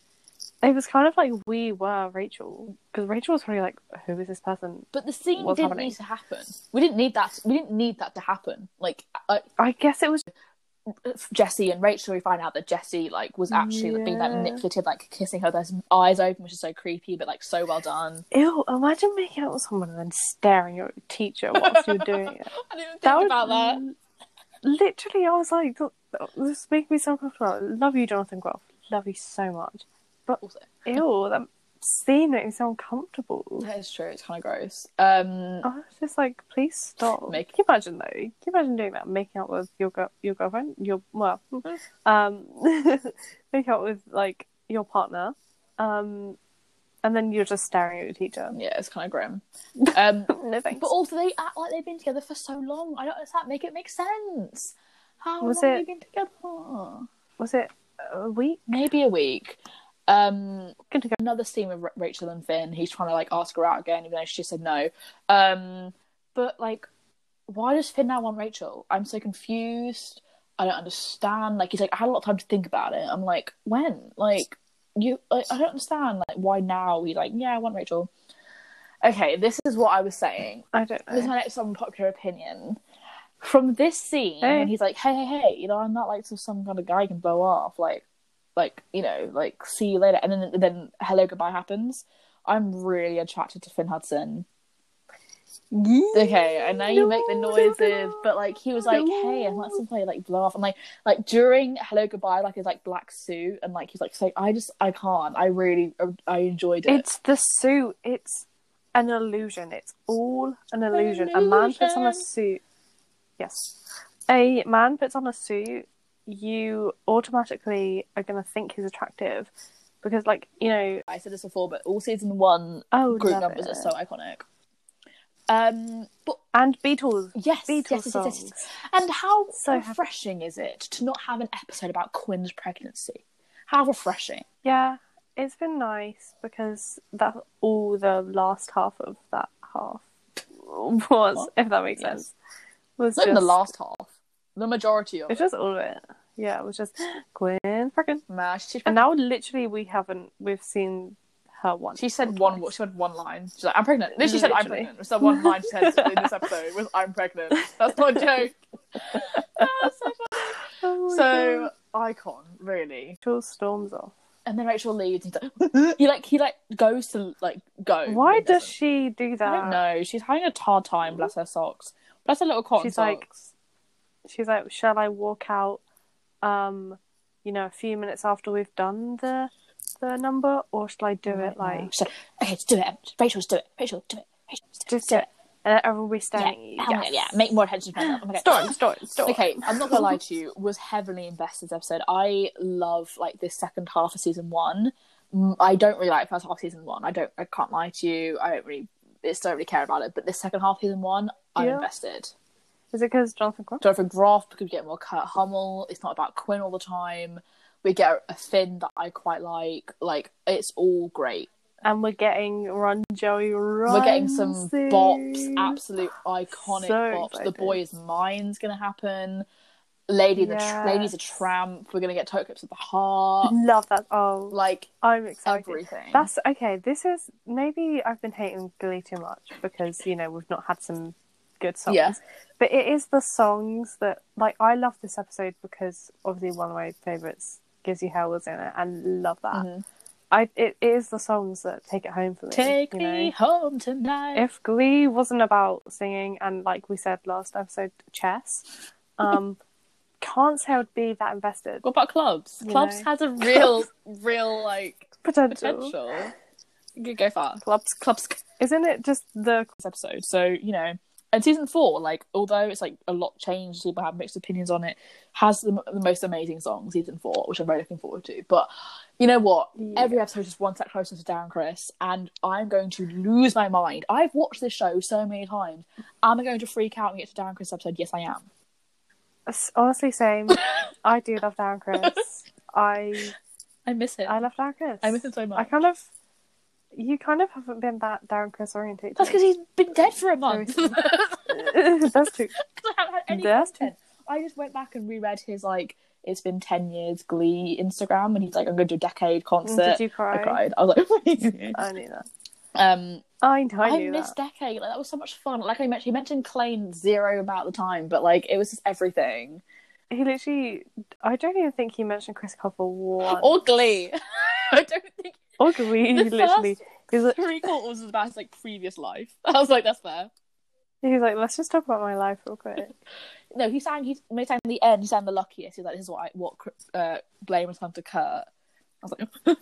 It was kind of like we were Rachel because Rachel was probably like, who is this person? But the scene What's didn't happening? need to happen. We didn't need that. We didn't need that to happen. Like uh, I guess it was Jesse and Rachel, we find out that Jesse like was actually like, being like Yeah. manipulative, like kissing her, there's eyes open, which is so creepy, but like so well done. ew. Imagine making out with someone and then staring at your teacher whilst you're doing it. *laughs* I didn't think That was- about that. Literally, I was like, "Th- th- this makes me so uncomfortable. Love you, Jonathan Groff. Love you so much. Also, Ew, that scene made me so uncomfortable. that is true. It's kind of gross. Um, I was just like, please stop. *laughs* Make- Can you imagine though? Can you imagine doing that? Making out with your girl, your girlfriend, your well, Mm-hmm. um, *laughs* make out with like your partner, um, and then you're just staring at your teacher. yeah, it's kind of grim. *laughs* Um, No thanks. but also, they act like they've been together for so long. I don't understand. Make it make sense. How Was long it- have they been together? Was it a week? Maybe a week. Um, Good to go. another scene with Ra- Rachel and Finn. He's trying to like ask her out again, even though she said no. Um, but like, why does Finn now want Rachel? I'm so confused. I don't understand. Like, he's like, I had a lot of time to think about it. I'm like, when? Like, you? Like, I don't understand. Like, why now? He like, yeah, I want Rachel. Okay, this is what I was saying. I don't This is know. my next unpopular opinion. From this scene, Hey. when he's like, "Hey, hey, hey," you know, I'm not like some- some kind of guy you can blow off, like, like you know, like see you later, and then then hello goodbye happens. I'm really attracted to Finn Hudson. Okay, I know you make the No, noises, but like he was like, no. "Hey, I'm not some player like blow off," and like like during hello goodbye, like his like black suit, and like he's like, "So I just I can't. I really I enjoyed it." It's the suit. It's an illusion. It's all an illusion. A man puts on a illusion. suit. Yes. A man puts on a suit, you automatically are going to think he's attractive because, like, you know, I said this before, but all season one oh, group love numbers it. are so iconic. Um, but And Beatles. yes, yes, yes, yes, Beatles yes, songs. yes. And how So happy. refreshing is it to not have an episode about Quinn's pregnancy? How refreshing. Yeah, it's been nice because that's all the last half of that half *laughs* was, if that makes Yes. sense. Was Not in just, the last half, the majority of It's it. just all of it. Yeah, it was just *gasps* Gwen freaking. Nah, she's pregnant. And now, literally, we haven't we've seen her once. She said one. She said one line. She's like, "I'm pregnant." Then she said, "I'm Literally. pregnant." It was that *laughs* one line she said in this episode was, "I'm pregnant." That's not a joke. That's so funny. Oh my so God. icon, really. Rachel storms off. And then Rachel leaves. And he's like, *laughs* he like he like goes to like go. Why but does doesn't. she do I don't that? know. She's having a hard time. Bless her socks. Bless her little cotton She's socks. like- She's like, "Shall I walk out?" Um, you know, a few minutes after we've done the the number, or shall I do it like? She's like, okay, let's do it. Rachel, let's do it. Rachel, do it. Rachel, let's do it. Just do it. And everyone will be Yeah, staring yeah, at you. yeah, yeah. Make more attention. to her. Oh my God. Storm, storm, *laughs* storm. Okay, I'm not gonna lie to you. Was heavily invested this episode. I love like this second half of season one. Mm, I don't really like first half of season one. I don't. I can't lie to you. I don't really. It's don't really care about it. But this second half of season one, I'm Yeah. invested. Is it because Jonathan Groff? Jonathan Groff because we get more Kurt Hummel. It's not about Quinn all the time. We get a Finn that I quite like. Like it's all great. And we're getting Run Joey Run. We're getting some Sue. bops, absolute iconic So bops. The excited. boy is mine's gonna happen. Lady, the tr- lady's a Yes. tramp. We're gonna get toe clips of the *laughs* heart. Love that. Oh, Like I'm excited. everything. That's okay. This is maybe I've been hating Glee too much because you know we've not had some good songs. Yeah. But it is the songs that like I love this episode because obviously one of my favorites gives you hell was in it and love that. Mhm. I it is the songs that take it home for me. take you me know? home tonight. If Glee wasn't about singing and like we said last episode, chess, *laughs* um, can't say I would be that invested. what about clubs? You clubs know. has a *laughs* real, real like Potential. potential. It could go far. Clubs, Clubs isn't it just the this episode. So, you know, and season four, like, although it's like a lot changed, people have mixed opinions on it, has the, the most amazing song, season four, which I'm very looking forward to. But you know what? Yeah. Every episode is just one step closer to Darren Chris, and I'm going to lose my mind. I've watched this show so many times. Am I going to freak out and get to Darren Chris episode? Yes, I am. *laughs* honestly same? I do love Darren Chris. I I miss it. I love Darren Chris. I miss him so much. I kind of you kind of haven't been that Darren Chris orientated. That's because he's been dead for a month. *laughs* Seriously. *laughs* That's true. I haven't had any That's content. I just went back and reread his like it's been ten years Glee Instagram, and he's like, I'm going to do a decade concert. Did you I cry? cried. I *laughs* was like, I knew that. um, I know. I, I, knew missed that. decade. Like that was so much fun. Like I mentioned, he mentioned Klain zero about the time, but like it was just everything. He literally. I don't even think he mentioned Chris Copper once. Or Glee. *laughs* I don't think Or Glee, Oh, The *laughs* literally. He's like, three quarters was about his like previous life. *laughs* I was like, that's fair. he's like, let's just talk about my life real quick. No, he sang. He made sang the end. He sang the luckiest. He's like, this is what I, what uh, blame was time to Kurt. I was like,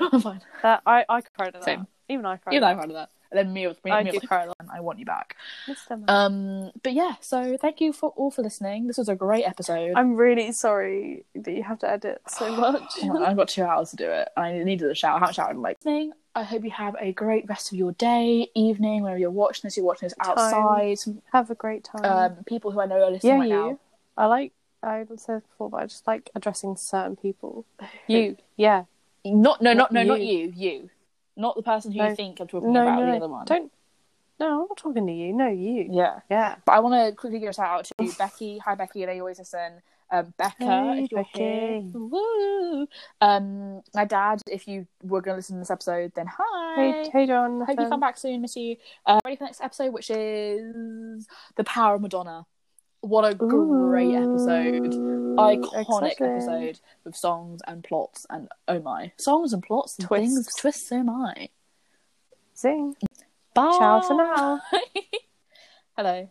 *laughs* I'm fine. That I, I cried at that. Same. Even I cried. You know, at I'm proud of that. And then me was me, I me do was like, cry a lot. I want you back. Mr. Man. Um, but yeah, so thank you for all for listening. This was a great episode. I'm really sorry that you have to edit so *sighs* much. Oh my God, I've got two hours to do it. I needed a shower. I haven't showered in like thing. I hope you have a great rest of your day, evening, whenever you're watching this. You're watching this Time. outside. have a great time. Um, people who I know are listening yeah, right you. now. I like. I said this before, but I just like addressing certain people. You. Yeah. Not no, Not not no, not you. you. You, not the person who No. you think I'm talking No, about. no. The other one. Don't. No, I'm not talking to you. No, you. Yeah. Yeah. But I want to quickly give a shout out to Becky. Hi, Becky. I know you always listen. Um, Becca, Hey, if you're here. Becky. Woo! Um, my dad, if you were going to listen to this episode, then hi. Hey, hey, John. Hope you come back soon, miss you. Uh, ready for the next episode, which is The Power of Madonna. What a great episode. Iconic episode with songs and plots and oh my. Songs and plots and Twists. things, twists oh my. Sing. Bye. Ciao for now. *laughs* Hello.